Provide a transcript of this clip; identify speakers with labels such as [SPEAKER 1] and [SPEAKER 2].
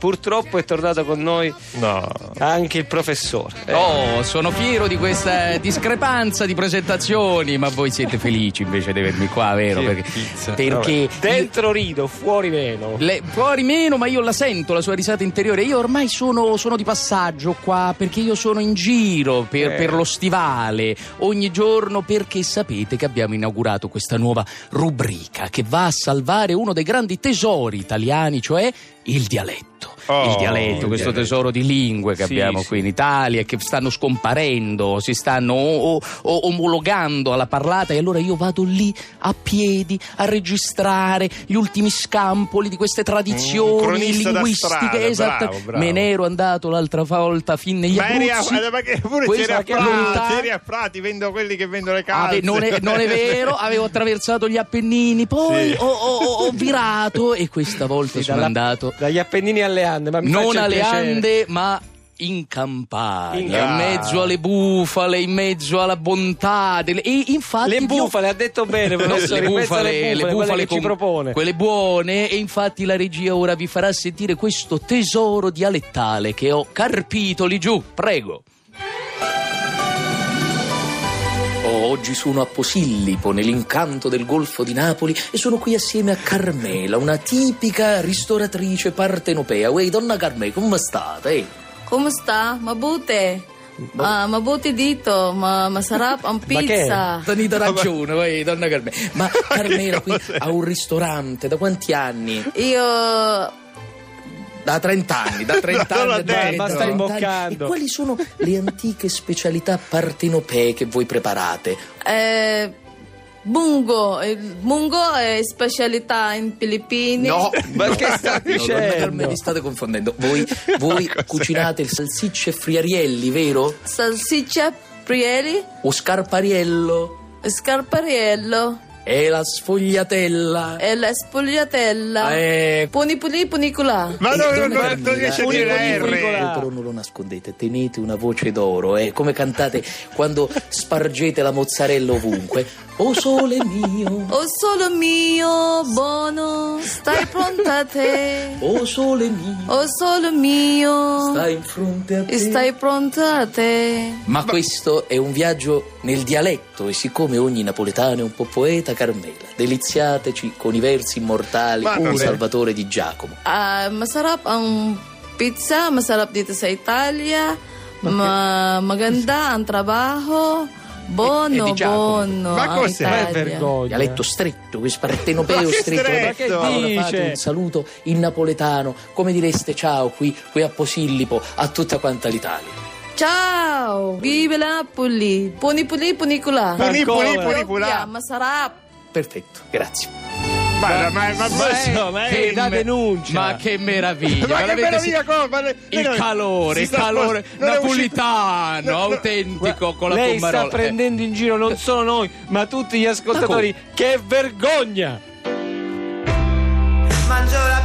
[SPEAKER 1] Purtroppo è tornato con noi
[SPEAKER 2] No.
[SPEAKER 1] anche il professore. Eh,
[SPEAKER 3] Oh, sono fiero di questa discrepanza di presentazioni, ma voi siete felici invece di avermi qua, vero?
[SPEAKER 2] Che
[SPEAKER 3] Perché,
[SPEAKER 2] pizza.
[SPEAKER 3] perché
[SPEAKER 1] Dentro rido, fuori meno.
[SPEAKER 3] le- fuori meno, ma io la sento, la sua risata interiore. Io ormai sono, sono di passaggio qua perché io sono in giro per,
[SPEAKER 1] Eh.
[SPEAKER 3] per lo stivale ogni giorno perché sapete che abbiamo inaugurato questa nuova rubrica che va a salvare uno dei grandi tesori italiani, cioè il dialetto.
[SPEAKER 2] Oh,
[SPEAKER 3] il dialetto,
[SPEAKER 2] il
[SPEAKER 3] questo
[SPEAKER 2] dialetto.
[SPEAKER 3] tesoro di lingue che
[SPEAKER 2] Sì,
[SPEAKER 3] abbiamo
[SPEAKER 2] sì.
[SPEAKER 3] qui in Italia, che stanno scomparendo, si stanno o- o- o- omologando alla parlata, e allora io vado lì a piedi a registrare gli ultimi scampoli di queste
[SPEAKER 2] Un
[SPEAKER 3] tradizioni
[SPEAKER 2] Mm, cronista da strada,
[SPEAKER 3] linguistiche. Esatto,
[SPEAKER 2] bravo, bravo.
[SPEAKER 3] me ne ero andato l'altra volta fin negli
[SPEAKER 2] Ma eri a,
[SPEAKER 3] Abruzzi.
[SPEAKER 2] ma che pure
[SPEAKER 3] Questa
[SPEAKER 2] c'eri a
[SPEAKER 3] che
[SPEAKER 2] Prati,
[SPEAKER 3] lontana-
[SPEAKER 2] c'eri a Prati, vendo quelli che vendono le
[SPEAKER 3] Ah,
[SPEAKER 2] calze.
[SPEAKER 3] beh, non, è, non è vero, avevo attraversato gli Appennini, poi
[SPEAKER 2] Sì.
[SPEAKER 3] ho, ho- ho virato e questa volta
[SPEAKER 1] Sì,
[SPEAKER 3] sono
[SPEAKER 1] dalla-
[SPEAKER 3] andato
[SPEAKER 1] Dagli Appennini alle Ande, ma mi
[SPEAKER 3] non
[SPEAKER 1] faccia il
[SPEAKER 3] alle
[SPEAKER 1] piacere.
[SPEAKER 3] Ande, ma in Campania,
[SPEAKER 1] In
[SPEAKER 3] in,
[SPEAKER 1] Campania.
[SPEAKER 3] mezzo alle bufale, in mezzo alla bontà. delle- E infatti
[SPEAKER 1] Le
[SPEAKER 3] vi ho-
[SPEAKER 1] bufale, ha detto bene, professore.
[SPEAKER 3] le
[SPEAKER 1] in mezzo alle
[SPEAKER 3] bufale, le
[SPEAKER 1] bufale, quelle
[SPEAKER 3] bufale
[SPEAKER 1] che ci
[SPEAKER 3] con-
[SPEAKER 1] propone.
[SPEAKER 3] quelle buone e infatti la regia ora vi farà sentire questo tesoro dialettale che ho carpito lì giù, prego. Oh, Oggi sono a Posillipo, nell'incanto del Golfo di Napoli, e sono qui assieme a Carmela, una tipica ristoratrice partenopea. Uè, donna Carmela, come state? eh?
[SPEAKER 4] Come sta? Ma butte? Ma, ma butti Ah, dito, ma, ma sarà un
[SPEAKER 1] Ma che è?
[SPEAKER 4] pizza.
[SPEAKER 3] Tenete ragione, uè, donna Carmela. Ma Carmela qui ha un ristorante, da quanti anni?
[SPEAKER 4] Io
[SPEAKER 3] Da 30 anni, da 30
[SPEAKER 2] Non l'ha
[SPEAKER 3] anni. da
[SPEAKER 2] detto.
[SPEAKER 3] 30
[SPEAKER 2] Ma
[SPEAKER 1] stai
[SPEAKER 3] anni.
[SPEAKER 1] imboccando.
[SPEAKER 3] E quali sono le antiche specialità partenopee che voi preparate?
[SPEAKER 4] eh, bungo, eh, bungo è specialità in Filippine.
[SPEAKER 2] No,
[SPEAKER 1] Ma che sta
[SPEAKER 3] No, donna
[SPEAKER 2] certo.
[SPEAKER 3] Carmela,
[SPEAKER 1] dicendo?
[SPEAKER 3] vi state confondendo. Voi, voi cucinate il salsicce friarielli, vero?
[SPEAKER 4] Salsiccia, prieli,
[SPEAKER 3] O scarpariello?
[SPEAKER 4] scarpariello
[SPEAKER 3] E la sfogliatella?
[SPEAKER 4] e la spogliatella.
[SPEAKER 3] Eh,
[SPEAKER 4] Puni puni punicula.
[SPEAKER 2] Ma
[SPEAKER 3] Eh,
[SPEAKER 2] no,
[SPEAKER 3] donna
[SPEAKER 2] non, non-
[SPEAKER 3] Carmela,
[SPEAKER 2] non riesce a
[SPEAKER 1] Unico
[SPEAKER 2] dire
[SPEAKER 1] di
[SPEAKER 2] R.
[SPEAKER 1] Frigola.
[SPEAKER 3] Però non lo nascondete, tenete una voce d'oro, eh, come cantate quando spargete la mozzarella ovunque. O sole mio,
[SPEAKER 4] Oh solo mio, buono, stai pronta a te.
[SPEAKER 3] o sole mio,
[SPEAKER 4] Oh solo mio,
[SPEAKER 3] stai in fronte a te.
[SPEAKER 4] stai pronta a te.
[SPEAKER 3] Ma questo è un viaggio nel dialetto e siccome ogni napoletano è un po' poeta, Carmela, deliziateci con i versi immortali
[SPEAKER 2] Ma non
[SPEAKER 3] di
[SPEAKER 2] è-
[SPEAKER 3] Salvatore di Giacomo.
[SPEAKER 4] Ah, masarap ang pizza, masarap dito sa Italia, ma, maganda ang trabaho,
[SPEAKER 3] Eh,
[SPEAKER 4] bono,
[SPEAKER 3] eh, di Giacomo.
[SPEAKER 4] bono
[SPEAKER 2] Ma
[SPEAKER 4] ang
[SPEAKER 3] eh,
[SPEAKER 2] cos'è? Ma
[SPEAKER 1] Ma è
[SPEAKER 4] Italia.
[SPEAKER 1] vergogna.
[SPEAKER 3] Dialetto stretto, questo partenopeo
[SPEAKER 2] Ma che
[SPEAKER 3] stretto.
[SPEAKER 2] stretto?
[SPEAKER 1] Ma che
[SPEAKER 3] Allora
[SPEAKER 1] dice?
[SPEAKER 3] fate un saluto in napoletano, come direste ciao qui, qui a Posillipo, a tutta quanta l'Italia.
[SPEAKER 4] Ciao! Vive la puli! Puni puli punicula!
[SPEAKER 2] Puni, puni,
[SPEAKER 1] Ancora.
[SPEAKER 2] puni,
[SPEAKER 4] Propria,
[SPEAKER 2] pula.
[SPEAKER 4] masarap!
[SPEAKER 3] Perfetto, grazie.
[SPEAKER 2] Ma, ma, ma, ma,
[SPEAKER 1] Ma insomma,
[SPEAKER 2] ma-
[SPEAKER 1] è una
[SPEAKER 3] me-
[SPEAKER 1] denuncia.
[SPEAKER 3] eh, Ma che meraviglia!
[SPEAKER 2] Ma che
[SPEAKER 3] veramente
[SPEAKER 2] meraviglia
[SPEAKER 3] si-
[SPEAKER 2] come? Ma le-
[SPEAKER 3] Il
[SPEAKER 2] non-
[SPEAKER 3] calore,
[SPEAKER 2] si
[SPEAKER 3] il
[SPEAKER 2] sta
[SPEAKER 3] calore
[SPEAKER 2] spostando- non è uscito-
[SPEAKER 3] napolitano,
[SPEAKER 2] No, no.
[SPEAKER 3] autentico,
[SPEAKER 1] Guarda,
[SPEAKER 3] con la
[SPEAKER 1] Lei sta
[SPEAKER 3] pomarola. Eh.
[SPEAKER 1] prendendo in giro non solo noi, ma tutti gli ascoltatori. Che vergogna!
[SPEAKER 5] Mangio la